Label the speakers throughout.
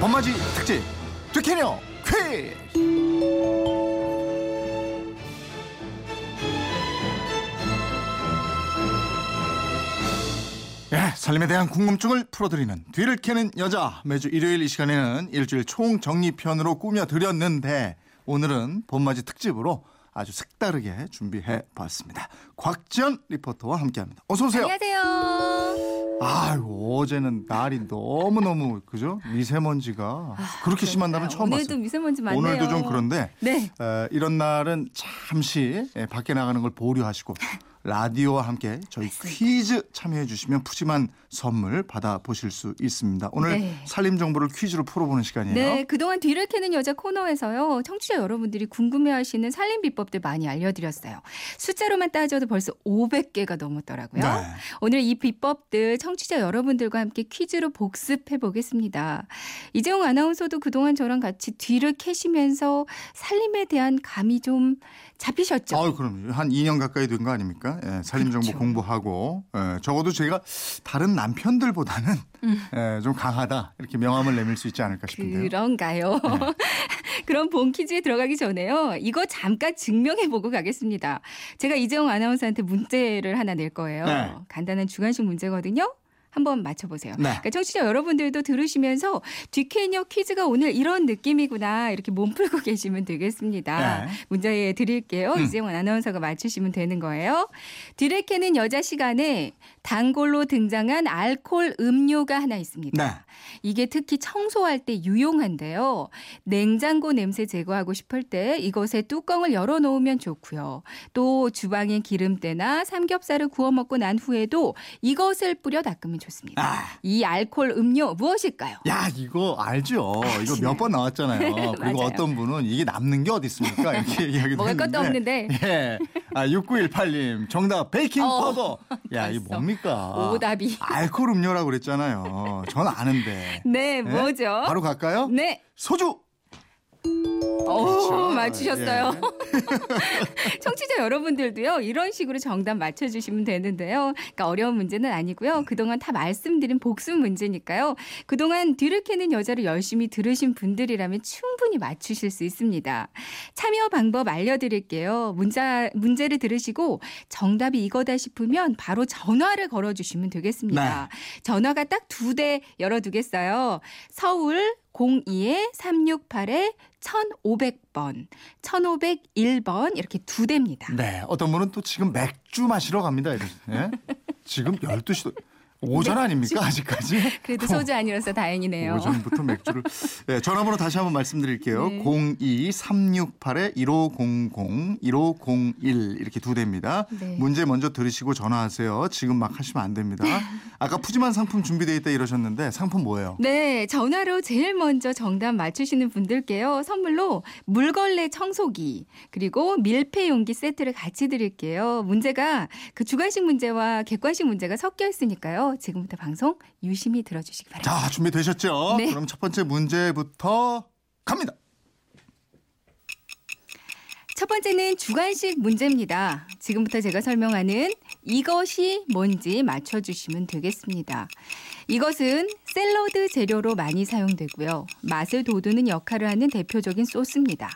Speaker 1: 봄맞이 특집 뒤캐녀 퀴즈 예, 살림에 대한 궁금증을 풀어드리는 뒤를 캐는 여자 매주 일요일 이 시간에는 일주일 총 정리편으로 꾸며드렸는데 오늘은 봄맞이 특집으로 아주 색다르게 준비해봤습니다 곽지연 리포터와 함께합니다 어서 오세요
Speaker 2: 안녕하세요.
Speaker 1: 아유 어제는 날이 너무 너무 그죠 미세먼지가 그렇게 심한다면 처음
Speaker 2: 아, 오늘도
Speaker 1: 봤어요.
Speaker 2: 미세먼지 많네요.
Speaker 1: 오늘도 좀 그런데
Speaker 2: 네.
Speaker 1: 에, 이런 날은 잠시 예, 밖에 나가는 걸 보류하시고 라디오와 함께 저희 퀴즈 참여해 주시면 푸짐한 선물 받아 보실 수 있습니다. 오늘
Speaker 2: 네.
Speaker 1: 살림 정보를 퀴즈로 풀어보는 시간이에요.
Speaker 2: 네, 그동안 뒤를 캐는 여자 코너에서요. 청취자 여러분들이 궁금해하시는 살림 비법들 많이 알려드렸어요. 숫자로만 따져도 벌써 500개가 넘었더라고요.
Speaker 1: 네.
Speaker 2: 오늘 이 비법들 청취자 여러분들과 함께 퀴즈로 복습해 보겠습니다. 이재용 아나운서도 그동안 저랑 같이 뒤를 캐시면서 살림에 대한 감이 좀 잡히셨죠?
Speaker 1: 아유, 그럼 한 2년 가까이 된 거 아닙니까? 예, 살림 정보
Speaker 2: 그렇죠.
Speaker 1: 공부하고 예, 적어도 제가 다른 남편들보다는 예, 좀 강하다 이렇게 명함을 내밀 수 있지 않을까 싶은데요.
Speaker 2: 음.
Speaker 1: 네.
Speaker 2: 그런가요? 그럼 본 퀴즈에 들어가기 전에요. 이거 잠깐 증명해 보고 가겠습니다. 제가 이재용 아나운서한테 문제를 하나 낼 거예요.
Speaker 1: 네.
Speaker 2: 간단한 주관식 문제거든요. 한번 맞춰보세요.
Speaker 1: 네.
Speaker 2: 그러니까 청취자 여러분들도 들으시면서 뒤캐녀 퀴즈가 오늘 이런 느낌이구나 이렇게 몸 풀고 계시면 되겠습니다.
Speaker 1: 네.
Speaker 2: 문제 드릴게요.
Speaker 1: 음.
Speaker 2: 이재용 아나운서가 맞추시면 되는 거예요. 뒤레캐는 여자 시간에 단골로 등장한 알코올 음료가 하나 있습니다.
Speaker 1: 네.
Speaker 2: 이게 특히 청소할 때 유용한데요. 냉장고 냄새 제거하고 싶을 때 이것에 뚜껑을 열어놓으면 좋고요. 또 주방에 기름때나 삼겹살을 구워 먹고 난 후에도 이것을 뿌려 닦으면 좋습니다.
Speaker 1: 아.
Speaker 2: 이 알코올 음료 무엇일까요?
Speaker 1: 야 이거 알죠. 이거 몇 번 나왔잖아요.
Speaker 2: 아, 맞아요.
Speaker 1: 그리고 어떤 분은 이게 남는 게 어디 있습니까? 이렇게 이야기도
Speaker 2: 먹을 것도
Speaker 1: 했는데.
Speaker 2: 없는데
Speaker 1: 예. 아 6918님 정답 베이킹
Speaker 2: 어,
Speaker 1: 파우더. 야 이게
Speaker 2: 벌써.
Speaker 1: 뭡니까?
Speaker 2: 오답이.
Speaker 1: 알코올 음료라고 그랬잖아요. 전 아는데.
Speaker 2: 네,
Speaker 1: 예?
Speaker 2: 뭐죠?
Speaker 1: 바로 갈까요?
Speaker 2: 네.
Speaker 1: 소주.
Speaker 2: 오,
Speaker 1: 그렇죠. 예.
Speaker 2: 맞추셨어요. 청취자 여러분들도요 이런 식으로 정답 맞춰주시면 되는데요. 그러니까 어려운 문제는 아니고요. 그동안 다 말씀드린 복습 문제니까요. 그동안 뒤를 캐는 여자를 열심히 들으신 분들이라면 충분히 맞추실 수 있습니다. 참여 방법 알려드릴게요. 문자 문제를 들으시고 정답이 이거다 싶으면 바로 전화를 걸어주시면
Speaker 1: 네.
Speaker 2: 되겠습니다. 전화가 딱 두 대 열어두겠어요. 서울 02-368에 1500번, 1501번 이렇게 두 대입니다.
Speaker 1: 네. 어떤 분은 또 지금 맥주 마시러 갑니다. 이러 예? 지금 12시도 오전
Speaker 2: 네,
Speaker 1: 아닙니까? 아직까지?
Speaker 2: 그래도 소주 아니라서 다행이네요.
Speaker 1: 오전부터 맥주를. 네, 전화번호 다시 한번 말씀드릴게요.
Speaker 2: 네.
Speaker 1: 02368-1500, 1501 이렇게 두 대입니다.
Speaker 2: 네.
Speaker 1: 문제 먼저 들으시고 전화하세요. 지금 막 하시면 안 됩니다. 아까 푸짐한 상품 준비되어 있다 이러셨는데 상품 뭐예요?
Speaker 2: 네, 전화로 제일 먼저 정답 맞추시는 분들께요. 선물로 물걸레 청소기 그리고 밀폐 용기 세트를 같이 드릴게요. 문제가 그 주관식 문제와 객관식 문제가 섞여 있으니까요. 지금부터 방송 유심히 들어주시기 바랍니다.
Speaker 1: 자, 준비되셨죠?
Speaker 2: 네.
Speaker 1: 그럼 첫 번째 문제부터 갑니다.
Speaker 2: 첫 번째는 주관식 문제입니다. 지금부터 제가 설명하는 이것이 뭔지 맞춰주시면 되겠습니다. 이것은 샐러드 재료로 많이 사용되고요. 맛을 돋우는 역할을 하는 대표적인 소스입니다.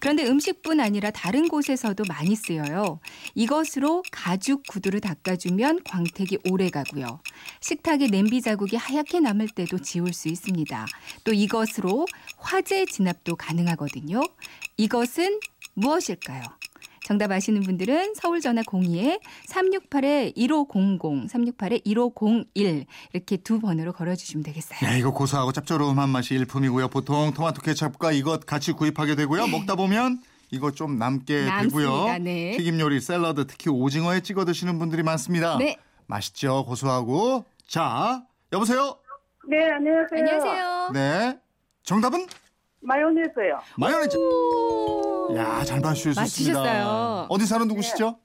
Speaker 2: 그런데 음식뿐 아니라 다른 곳에서도 많이 쓰여요. 이것으로 가죽 구두를 닦아주면 광택이 오래 가고요. 식탁에 냄비 자국이 하얗게 남을 때도 지울 수 있습니다. 또 이것으로 화재 진압도 가능하거든요. 이것은 무엇일까요? 정답 아시는 분들은 서울 전화 02에 368에 1500, 368에 1501 이렇게 두 번으로 걸어 주시면 되겠어요.
Speaker 1: 야, 이거 고소하고 짭조름한 맛이 일품이고요. 보통 토마토 케첩과 이것 같이 구입하게 되고요. 먹다 보면 이거 좀 남게 되고요.
Speaker 2: 네. 남습니다. 네.
Speaker 1: 튀김 요리, 샐러드, 특히 오징어에 찍어 드시는 분들이 많습니다.
Speaker 2: 네.
Speaker 1: 맛있죠? 고소하고. 자, 여보세요?
Speaker 3: 네, 안녕하세요.
Speaker 2: 안녕하세요.
Speaker 1: 네. 정답은
Speaker 3: 마요네즈요.
Speaker 1: 마요네즈.
Speaker 2: 오.
Speaker 1: 야, 잘 맞추셨습니다.
Speaker 2: 맞추셨어요. 네.
Speaker 1: 어디 사는 누구시죠?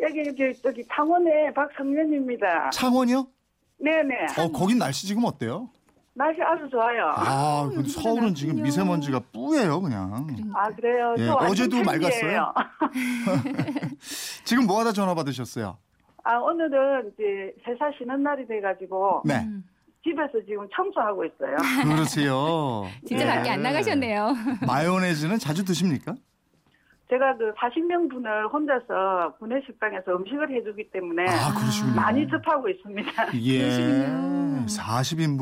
Speaker 3: 여기 여기 저기 창원의 박성년입니다.
Speaker 1: 창원이요?
Speaker 3: 네, 네.
Speaker 1: 어, 거긴 날씨 지금 어때요?
Speaker 3: 날씨 아주 좋아요. 아,
Speaker 1: 아, 그럼
Speaker 2: 여기도
Speaker 1: 서울은 지금
Speaker 2: 날씨군요.
Speaker 1: 미세먼지가 뿌예요, 그냥.
Speaker 2: 음.
Speaker 3: 아, 그래요.
Speaker 1: 예,
Speaker 3: 저 완전
Speaker 1: 어제도
Speaker 3: 팬이에요.
Speaker 1: 맑았어요? 지금 뭐 하다 전화 받으셨어요?
Speaker 3: 아, 오늘은 이제 회사 쉬는 날이 돼 가지고
Speaker 1: 네.
Speaker 2: 음.
Speaker 3: 집에서 지금 청소하고 있어요.
Speaker 1: 그러세요.
Speaker 2: 진짜
Speaker 3: 네.
Speaker 2: 밖에 안 나가셨네요.
Speaker 1: 마요네즈는 자주 드십니까?
Speaker 3: 제가 그 40명분을 혼자서 구내식당에서 음식을 해주기 때문에
Speaker 1: 아, 그러시군요.
Speaker 3: 네. 많이 접하고 있습니다.
Speaker 1: 예.
Speaker 2: 그러시군요.
Speaker 1: 40인분을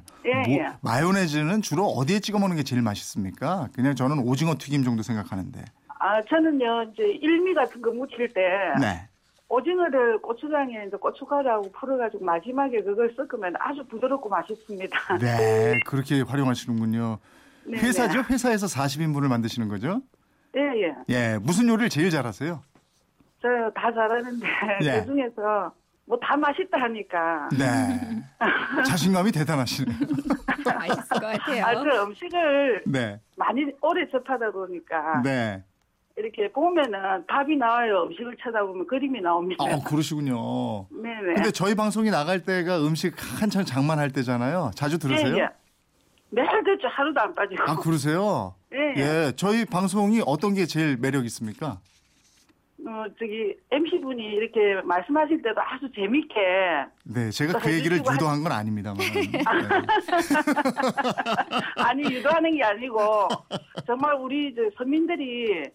Speaker 1: 뭐
Speaker 3: 예, 예.
Speaker 1: 마요네즈는 주로 어디에 찍어 먹는 게 제일 맛있습니까? 그냥 저는 오징어 튀김 정도 생각하는데.
Speaker 3: 아, 저는요, 이제 일미 같은 거 무칠 때,
Speaker 1: 네.
Speaker 3: 오징어를 고추장에 이제 고춧가루하고 풀어가지고 마지막에 그걸 섞으면 아주 부드럽고 맛있습니다.
Speaker 1: 네, 그렇게 활용하시는군요.
Speaker 3: 네,
Speaker 1: 회사죠? 회사에서 40인분을 만드시는 거죠?
Speaker 3: 네. 예, 예.
Speaker 1: 예, 무슨 요리를 제일 잘하세요?
Speaker 3: 저 다 잘하는데,
Speaker 1: 예.
Speaker 3: 그 중에서 뭐 다 맛있다 하니까.
Speaker 1: 네. 자신감이 대단하시네요.
Speaker 2: 맛있을 것
Speaker 3: 아, 그
Speaker 2: 같아요.
Speaker 3: 음식을
Speaker 1: 네.
Speaker 3: 많이 오래 접하다 보니까
Speaker 1: 네.
Speaker 3: 이렇게 보면은 답이 나와요. 음식을 쳐다보면 그림이 나옵니다.
Speaker 1: 어, 그러시군요.
Speaker 3: 네네. 예,
Speaker 1: 근데 저희 방송이 나갈 때가 음식 한창 장만할 때잖아요. 자주 들으세요?
Speaker 3: 예, 예. 매일 듣죠. 하루도 안 빠지고.
Speaker 1: 아, 그러세요?
Speaker 3: 예, 예.
Speaker 1: 예, 저희 방송이 어떤 게 제일 매력 있습니까? 예.
Speaker 3: 어, 저기 MC분이 이렇게 말씀하실 때도 아주 재밌게
Speaker 1: 네, 제가 그
Speaker 3: 저희
Speaker 1: 얘기를
Speaker 3: 유튜브
Speaker 1: 유도한 건 아닙니다만. 네.
Speaker 3: 아니 유도하는 게 아니고 정말 우리 저 서민들이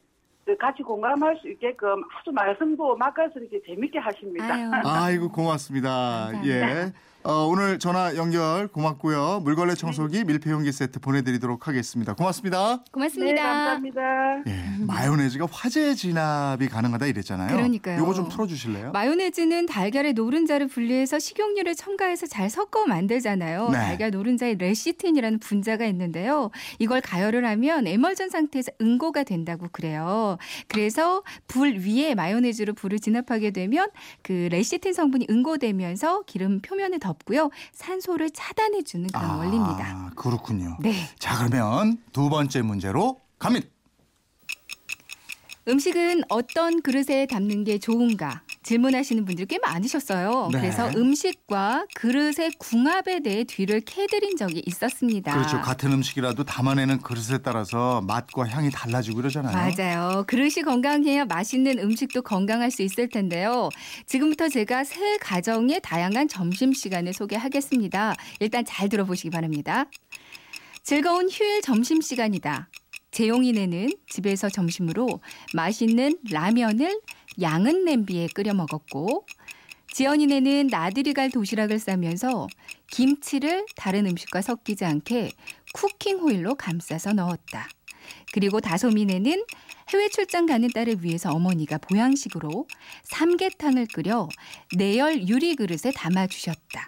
Speaker 3: 저 같이 공감할 수 있게끔 아주 말씀도 맛깔스럽게 재밌게 하십니다.
Speaker 2: 아유.
Speaker 1: 아이고 고맙습니다. 예. 어, 오늘 전화 연결 고맙고요.
Speaker 2: 네.
Speaker 1: 물걸레 청소기 밀폐용기 세트 보내드리도록 하겠습니다. 고맙습니다.
Speaker 3: 네,
Speaker 2: 고맙습니다.
Speaker 3: 감사합니다.
Speaker 1: 예, 마요네즈가 화재 진압이 가능하다 이랬잖아요.
Speaker 2: 음. 그러니까요.
Speaker 1: 요거 좀 풀어주실래요?
Speaker 2: 마요네즈는 달걀의 노른자를 분리해서 식용유를 첨가해서 잘 섞어 만들잖아요.
Speaker 1: 네.
Speaker 2: 달걀 노른자에 레시틴이라는 분자가 있는데요. 이걸 가열을 하면 에멀전 상태에서 응고가 된다고 그래요. 그래서 불 위에 마요네즈로 불을 진압하게 되면 그 레시틴 성분이 응고되면서 기름 표면을 덮고요. 산소를 차단해 주는 그런 원리입니다.
Speaker 1: 아, 그렇군요.
Speaker 2: 네.
Speaker 1: 자 그러면 두 번째 문제로 갑니다.
Speaker 2: 음식은 어떤 그릇에 담는 게 좋은가 질문하시는 분들이 꽤 많으셨어요.
Speaker 1: 네.
Speaker 2: 그래서 음식과 그릇의 궁합에 대해 뒤를 캐드린 적이 있었습니다.
Speaker 1: 그렇죠. 같은 음식이라도 담아내는 그릇에 따라서 맛과 향이 달라지고 그러잖아요.
Speaker 2: 맞아요. 그릇이 건강해야 맛있는 음식도 건강할 수 있을 텐데요. 지금부터 제가 세 가정의 다양한 점심 시간을 소개하겠습니다. 일단 잘 들어보시기 바랍니다. 즐거운 휴일 점심 시간이다. 재용이네는 집에서 점심으로 맛있는 라면을 양은 냄비에 끓여 먹었고 지연이네는 나들이 갈 도시락을 싸면서 김치를 다른 음식과 섞이지 않게 쿠킹 호일로 감싸서 넣었다. 그리고 다솜이네는 해외 출장 가는 딸을 위해서 어머니가 보양식으로 삼계탕을 끓여 내열 유리 그릇에 담아 주셨다.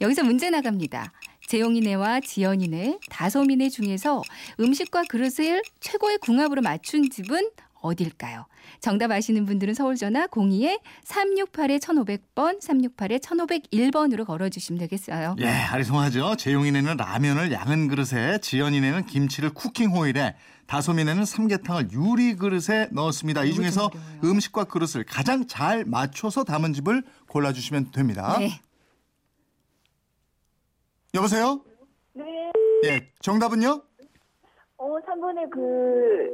Speaker 2: 여기서 문제 나갑니다. 재용이네와 지연이네, 다솜이네 중에서 음식과 그릇을 최고의 궁합으로 맞춘 집은 어딜까요? 정답 아시는 분들은 서울 전화 02에 368에 1500번, 368에 1501번으로 걸어 주시면 되겠어요.
Speaker 1: 예, 아리송하죠. 재용이네는 라면을 양은 그릇에, 지연이네는 김치를 쿠킹 호일에, 다솜이네는 삼계탕을 유리 그릇에 넣었습니다. 이
Speaker 2: 너무 좀
Speaker 1: 중에서
Speaker 2: 어려워요.
Speaker 1: 음식과 그릇을 가장 잘 맞춰서 담은 집을 골라주시면 됩니다.
Speaker 2: 네.
Speaker 1: 여보세요?
Speaker 4: 네.
Speaker 1: 예, 정답은요?
Speaker 4: 어, 3번에 그,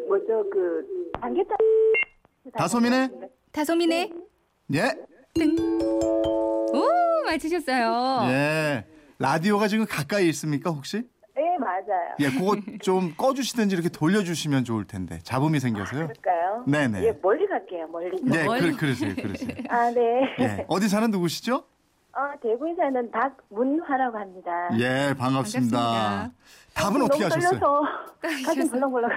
Speaker 4: 뭐죠, 그, 안개탕.
Speaker 1: 다솜이네?
Speaker 2: 다솜이네.
Speaker 1: 예,
Speaker 2: 오, 맞히셨어요.
Speaker 1: 예. 라디오가 지금 가까이 있습니까, 혹시?
Speaker 4: 네, 맞아요.
Speaker 1: 예, 그거 좀 꺼주시든지 이렇게 돌려주시면 좋을 텐데. 잡음이 생겨서요.
Speaker 4: 그럴까요?
Speaker 1: 네네.
Speaker 4: 예, 멀리 갈게요, 멀리.
Speaker 1: 예,
Speaker 2: 머리.
Speaker 1: 그, 그러세요, 그러세요.
Speaker 4: 아, 네.
Speaker 1: 예. 어디 사는 누구시죠?
Speaker 4: 어, 대구에 사는 박문화라고 합니다.
Speaker 1: 예, 반갑습니다.
Speaker 2: 반갑습니다.
Speaker 1: 답은 어떻게
Speaker 4: 너무
Speaker 1: 하셨어요?
Speaker 4: 떨려서 가슴
Speaker 2: 아, 하셨어요?
Speaker 4: 벌렁벌렁.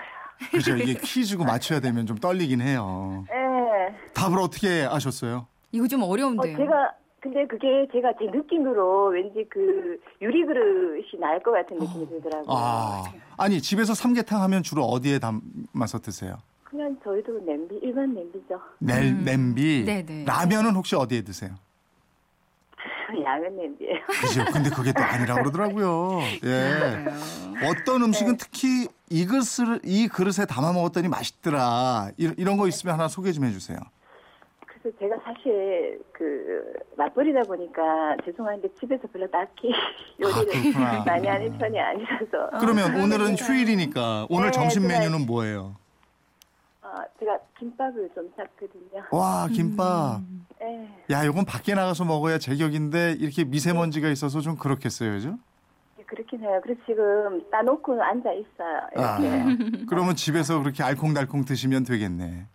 Speaker 1: 그죠 이게 퀴즈고 맞춰야 되면 좀 떨리긴 해요.
Speaker 4: 예.
Speaker 1: 답을 어떻게 아셨어요?
Speaker 2: 이거 좀
Speaker 4: 어,
Speaker 2: 어려운데요.
Speaker 4: 제가, 근데 그게 제가 제 느낌으로 왠지 그 유리 그릇이 날 것 같은 느낌이 들더라고요.
Speaker 1: 아 아니 집에서 삼계탕 하면 주로 어디에 담아서 드세요?
Speaker 4: 그냥 저희도 냄비, 일반 냄비죠.
Speaker 1: 넬 냄비
Speaker 2: 네네.
Speaker 1: 라면은 혹시 어디에 드세요?
Speaker 4: 양은 냄비예요.
Speaker 1: 그죠. 근데 그게 또 아니라고 그러더라고요. 예.
Speaker 2: 네,
Speaker 1: 어떤 음식은 특히 이 그릇을 이 그릇에 담아 먹었더니 맛있더라. 이, 이런 거 있으면 하나 소개 좀 해주세요.
Speaker 4: 그래서 제가 사실 그 맞벌이다 보니까 죄송한데 집에서 별로 딱히 요리를
Speaker 1: 아, 그렇구나. 음.
Speaker 4: 많이 하는 편이 아니라서
Speaker 1: 그러면 오늘은 휴일이니까 오늘
Speaker 4: 네,
Speaker 1: 점심
Speaker 4: 그날-
Speaker 1: 메뉴는 뭐예요?
Speaker 4: 어, 제가 김밥을 좀 샀거든요.
Speaker 1: 와 김밥.
Speaker 4: 예.
Speaker 1: 야, 요건 밖에 나가서 먹어야 제격인데 이렇게 미세먼지가 있어서 좀 그렇겠어요, 그죠?
Speaker 4: 그렇긴 해요. 그래서 지금 따놓고 앉아 있어요.
Speaker 1: 아,
Speaker 4: 이렇게.
Speaker 2: 네.
Speaker 1: 그러면 집에서 그렇게 알콩달콩 드시면 되겠네.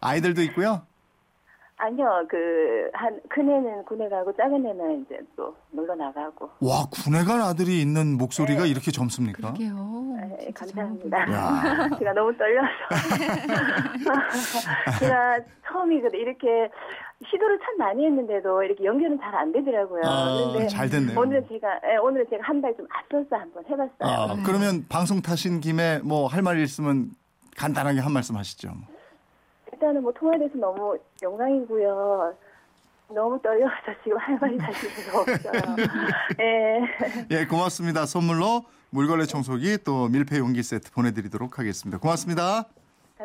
Speaker 1: 아이들도 있고요.
Speaker 4: 아니요, 그, 한, 큰애는 군에 가고, 작은애는 이제 또 놀러 나가고.
Speaker 1: 와, 군에 간 아들이 있는 목소리가 이렇게 젊습니까?
Speaker 2: 그러게요.
Speaker 4: 예,
Speaker 2: 진짜
Speaker 4: 감사합니다.
Speaker 1: 야.
Speaker 4: 제가 너무 떨려서. 제가 처음이거든. 이렇게 시도를 참 많이 했는데도 이렇게 연결은 잘 안 되더라고요.
Speaker 1: 아,
Speaker 4: 그런데
Speaker 1: 잘 됐네요.
Speaker 4: 오늘은 제가, 예, 오늘은 제가 한 발 좀 앞서서 한번 해봤어요.
Speaker 1: 아, 그러면 방송 타신 김에 뭐 할 말 있으면 간단하게 한 말씀 하시죠.
Speaker 4: 일단은 뭐 통화돼서 너무 영광이고요. 너무 떨려서 지금 할 말이 사실 별로 없어요. 예.
Speaker 1: 예, 고맙습니다. 선물로 물걸레 청소기 또 밀폐 용기 세트 보내드리도록 하겠습니다. 고맙습니다.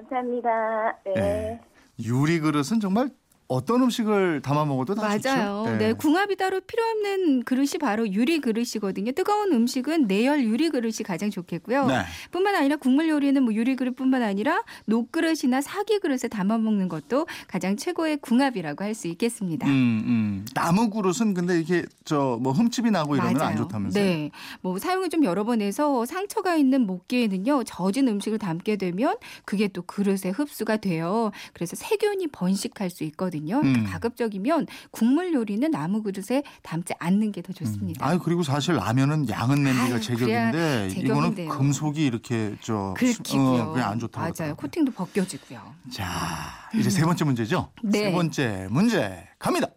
Speaker 4: 감사합니다. 예.
Speaker 2: 네.
Speaker 1: 예. 유리 그릇은 정말 어떤 음식을 담아 먹어도 다 좋죠.
Speaker 2: 맞아요.
Speaker 1: 예.
Speaker 2: 네. 궁합이 따로 필요 없는 그릇이 바로 유리 그릇이거든요. 뜨거운 음식은 내열 유리 그릇이 가장 좋겠고요.
Speaker 1: 네.
Speaker 2: 뿐만 아니라 국물 요리는 뭐 유리 그릇뿐만 아니라 녹그릇이나 사기 그릇에 담아 먹는 것도 가장 최고의 궁합이라고 할 수 있겠습니다.
Speaker 1: 음, 음. 나무 그릇은 근데 이게 저 뭐 흠집이 나고 이러면 안 좋다면서요.
Speaker 2: 네. 뭐 사용을 좀 여러 번 해서 상처가 있는 목기에는요. 젖은 음식을 담게 되면 그게 또 그릇에 흡수가 돼요. 그래서 세균이 번식할 수 있거든요. 그러니까
Speaker 1: 음.
Speaker 2: 가급적이면 국물 요리는 나무 그릇에 담지 않는 게 더 좋습니다.
Speaker 1: 음. 아유 그리고 사실 라면은 양은 냄비가
Speaker 2: 아유,
Speaker 1: 제격인데
Speaker 2: 그래야
Speaker 1: 이거는
Speaker 2: 제격인데요.
Speaker 1: 금속이 이렇게 저 어,
Speaker 2: 긁히고요.
Speaker 1: 그게 안 좋다고
Speaker 2: 맞아요.
Speaker 1: 그러더라고요.
Speaker 2: 코팅도 벗겨지고요.
Speaker 1: 자 이제 세 번째 문제죠.
Speaker 2: 네.
Speaker 1: 세 번째 문제 갑니다.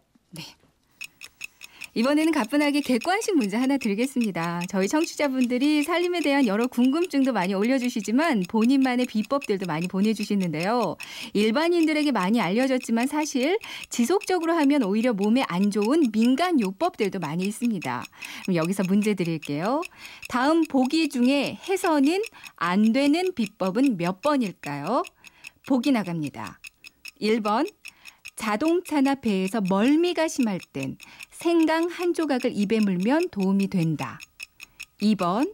Speaker 2: 이번에는 가뿐하게 객관식 문제 하나 드리겠습니다. 저희 청취자분들이 살림에 대한 여러 궁금증도 많이 올려주시지만 본인만의 비법들도 많이 보내주시는데요. 일반인들에게 많이 알려졌지만 사실 지속적으로 하면 오히려 몸에 안 좋은 민간 요법들도 많이 있습니다. 그럼 여기서 문제 드릴게요. 다음 보기 중에 해서는 안 되는 비법은 몇 번일까요? 보기 나갑니다. 1번 자동차나 배에서 멀미가 심할 땐 생강 한 조각을 입에 물면 도움이 된다. 2번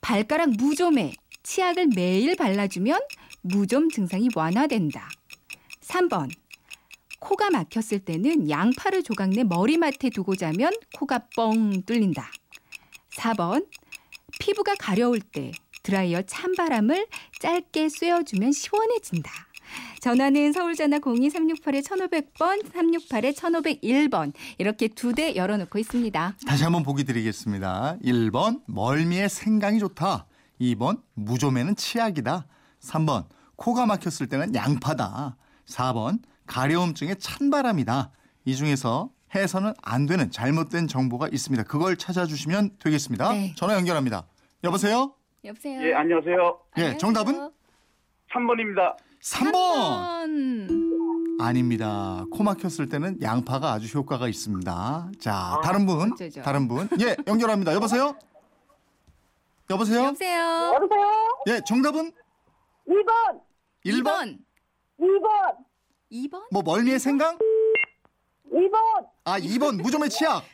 Speaker 2: 발가락 무좀에 치약을 매일 발라주면 무좀 증상이 완화된다. 3번 코가 막혔을 때는 양파를 조각 내 머리맡에 두고 자면 코가 뻥 뚫린다. 4번 피부가 가려울 때 드라이어 찬바람을 짧게 쐬어주면 시원해진다. 전화는 서울전화 02368에 1500번, 368에 1501번 이렇게 두 대 열어놓고 있습니다.
Speaker 1: 다시 한번 보기 드리겠습니다. 1번 멀미에 생강이 좋다. 2번 무좀에는 치약이다. 3번 코가 막혔을 때는 양파다. 4번 가려움증에 찬바람이다. 이 중에서 해서는 안 되는 잘못된 정보가 있습니다. 그걸 찾아주시면 되겠습니다.
Speaker 2: 네.
Speaker 1: 전화 연결합니다. 여보세요?
Speaker 2: 여보세요.
Speaker 3: 아,
Speaker 5: 예, 안녕하세요.
Speaker 1: 예, 정답은
Speaker 5: 3번입니다.
Speaker 1: 3번. 아닙니다. 코 막혔을 때는 양파가 아주 효과가 있습니다. 자, 다른 분,
Speaker 2: 어쩌죠?
Speaker 1: 다른 분, 예, 연결합니다. 여보세요? 여보세요?
Speaker 2: 여보세요.
Speaker 4: 여보세요?
Speaker 1: 예, 정답은
Speaker 4: 2번!
Speaker 1: 1번.
Speaker 4: 2번!
Speaker 2: 2번?
Speaker 1: 뭐 멀미의 생강?
Speaker 4: 2번!
Speaker 1: 아, 2번 무좀의 치약.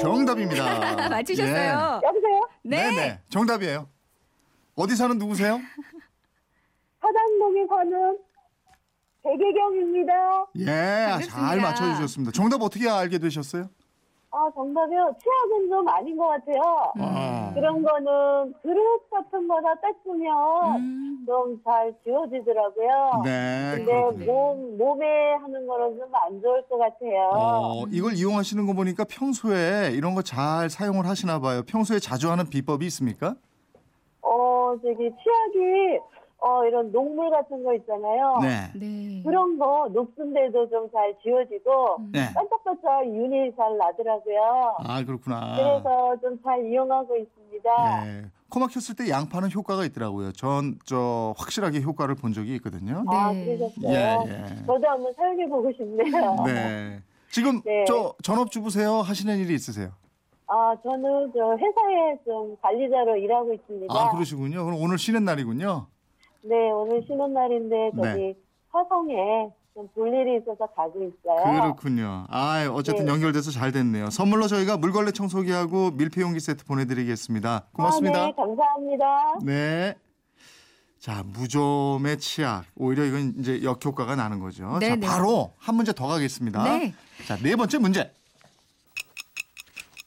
Speaker 1: 정답입니다.
Speaker 2: 맞추셨어요.
Speaker 4: 여보세요?
Speaker 1: 예. 네, 네. 정답이에요. 어디 사는 누구세요?
Speaker 4: 사단동에 사는 백예경입니다.
Speaker 1: 예, 잘
Speaker 2: 반갑습니다. 음.
Speaker 1: 맞춰 주셨습니다. 정답 어떻게 알게 되셨어요?
Speaker 4: 아, 정답이요. 치약은 좀 아닌 것 같아요.
Speaker 1: 아.
Speaker 4: 그런 거는 그릇 같은 거나 닦으면
Speaker 2: 음.
Speaker 4: 좀 잘 지워지더라고요.
Speaker 1: 네.
Speaker 4: 근데
Speaker 1: 그렇군요.
Speaker 4: 몸, 몸에 하는 거는 좀 안 좋을 것 같아요.
Speaker 1: 어, 이걸 이용하시는 거 보니까 평소에 이런 거 잘 사용을 하시나 봐요. 평소에 자주 하는 비법이 있습니까?
Speaker 4: 어, 저기 치약이 어, 이런 녹물 같은 거 있잖아요.
Speaker 1: 네.
Speaker 2: 네.
Speaker 4: 그런 거 녹슨 데도 좀 잘 지워지고
Speaker 2: 음.
Speaker 1: 네.
Speaker 4: 반짝반짝 윤이 잘 나더라고요.
Speaker 1: 아, 그렇구나.
Speaker 4: 그래서 좀 잘 이용하고 있습니다.
Speaker 1: 네. 코 막혔을 때 양파는 효과가 있더라고요. 전 저 확실하게 효과를 본 적이 있거든요.
Speaker 4: 아,
Speaker 2: 네.
Speaker 4: 그러셨어요?
Speaker 1: 예, 예.
Speaker 4: 저도 한번 사용해 보고 싶네요.
Speaker 1: 네. 지금
Speaker 4: 어. 네.
Speaker 1: 저 전업주부세요 하시는 일이 있으세요?
Speaker 4: 아, 저는 저 회사에 좀 관리자로 일하고 있습니다.
Speaker 1: 아 그러시군요. 그럼 오늘 쉬는 날이군요.
Speaker 4: 네, 오늘 쉬는 날인데 저기
Speaker 1: 네.
Speaker 4: 화성에 좀 볼 일이 있어서 가고 있어요.
Speaker 1: 그렇군요. 아 어쨌든
Speaker 4: 네.
Speaker 1: 연결돼서 잘 됐네요. 선물로 저희가 물걸레 청소기하고 밀폐용기 세트 보내드리겠습니다. 고맙습니다.
Speaker 4: 아, 네, 감사합니다.
Speaker 1: 네. 자, 무좀의 치약. 오히려 이건 이제 역효과가 나는 거죠. 자,
Speaker 2: 네네.
Speaker 1: 바로 한 문제 더 가겠습니다.
Speaker 2: 네.
Speaker 1: 자, 네 번째 문제.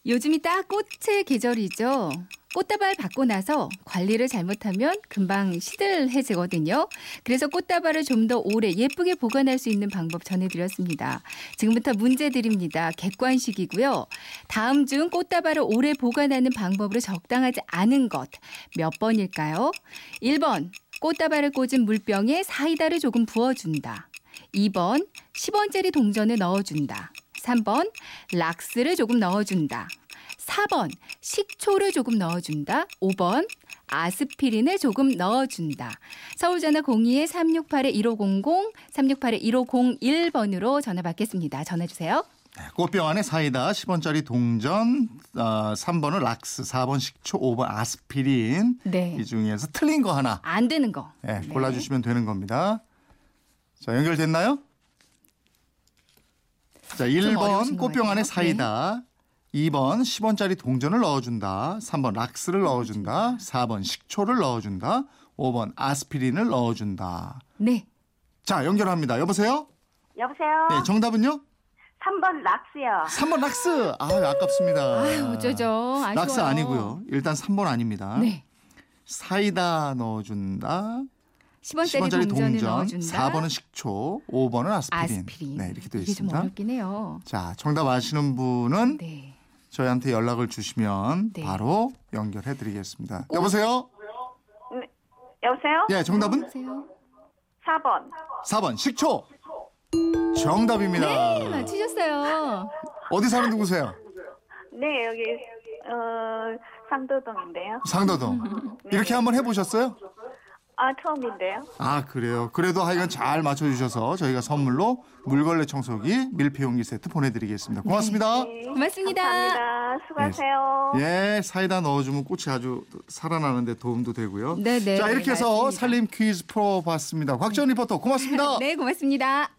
Speaker 2: 요즘이 딱 꽃의 계절이죠. 꽃다발 받고 나서 관리를 잘못하면 금방 시들해지거든요. 그래서 꽃다발을 좀 더 오래 예쁘게 보관할 수 있는 방법 전해드렸습니다. 지금부터 문제 드립니다. 객관식이고요. 다음 중 꽃다발을 오래 보관하는 방법으로 적당하지 않은 것 몇 번일까요? 1번 꽃다발을 꽂은 물병에 사이다를 조금 부어준다. 2번 10원짜리 동전을 넣어준다. 3번 락스를 조금 넣어준다. 4번 식초를 조금 넣어준다. 5번 아스피린을 조금 넣어준다. 서울전화 02-368-1500, 368-1501번으로 전화 받겠습니다. 전화 주세요.
Speaker 1: 네, 꽃병 안에 사이다, 10원짜리 동전, 어, 3번은 락스, 4번 식초, 5번 아스피린.
Speaker 2: 네.
Speaker 1: 이 중에서 틀린 거 하나
Speaker 2: 안 되는 거.
Speaker 1: 예,
Speaker 2: 네.
Speaker 1: 골라주시면 되는 겁니다. 자, 연결됐나요? 자,
Speaker 2: 어려우신
Speaker 1: 1번
Speaker 2: 것
Speaker 1: 꽃병 안에
Speaker 2: 같아요. 네.
Speaker 1: 사이다, 2번 10원짜리 동전을 넣어준다, 3번 락스를 넣어준다, 4번 식초를 넣어준다, 5번 아스피린을 넣어준다.
Speaker 2: 네.
Speaker 1: 자, 연결합니다. 여보세요?
Speaker 6: 여보세요.
Speaker 1: 네, 정답은요?
Speaker 6: 3번 락스요.
Speaker 1: 3번 락스! 아, 아깝습니다.
Speaker 2: 아유, 어쩌죠. 아쉬워요.
Speaker 1: 락스 아니고요. 일단 3번 아닙니다.
Speaker 2: 네.
Speaker 1: 사이다 넣어준다,
Speaker 2: 10원짜리,
Speaker 1: 10원짜리
Speaker 2: 동전을
Speaker 1: 동전,
Speaker 2: 넣어준다.
Speaker 1: 4번은 식초, 5번은 아스피린.
Speaker 2: 아스피린.
Speaker 1: 네, 이렇게 되어
Speaker 2: 이게 좀
Speaker 1: 있습니다. 음?
Speaker 2: 어렵긴 해요.
Speaker 1: 자, 정답 아시는 분은
Speaker 2: 네.
Speaker 1: 저희한테 연락을 주시면
Speaker 2: 네.
Speaker 1: 바로 연결해 드리겠습니다. 여보세요?
Speaker 6: 여보세요.
Speaker 1: 예, 정답은
Speaker 2: 보세요.
Speaker 6: 4번.
Speaker 1: 4번 식초. 정답입니다.
Speaker 2: 네, 맞추셨어요.
Speaker 1: 어디 사는 누구세요?
Speaker 6: 네 여기 어, 상도동인데요.
Speaker 1: 상도동. 이렇게 한번 해 보셨어요?
Speaker 6: 아 처음인데요.
Speaker 1: 아, 그래요. 그래도 하여간 잘 맞춰 주셔서 저희가 선물로 물걸레 청소기 밀폐용기 세트 보내 드리겠습니다. 고맙습니다.
Speaker 2: 네. 고맙습니다.
Speaker 6: 감사합니다. 수고하세요.
Speaker 2: 어.
Speaker 1: 예, 사이다 넣어주면 꽃이 아주 살아나는데 도움도 되고요.
Speaker 2: 네, 네.
Speaker 1: 자, 이렇게 해서
Speaker 2: 맞습니다.
Speaker 1: 살림 퀴즈 풀어봤습니다. 곽지원 리포터 고맙습니다.
Speaker 2: 네, 고맙습니다.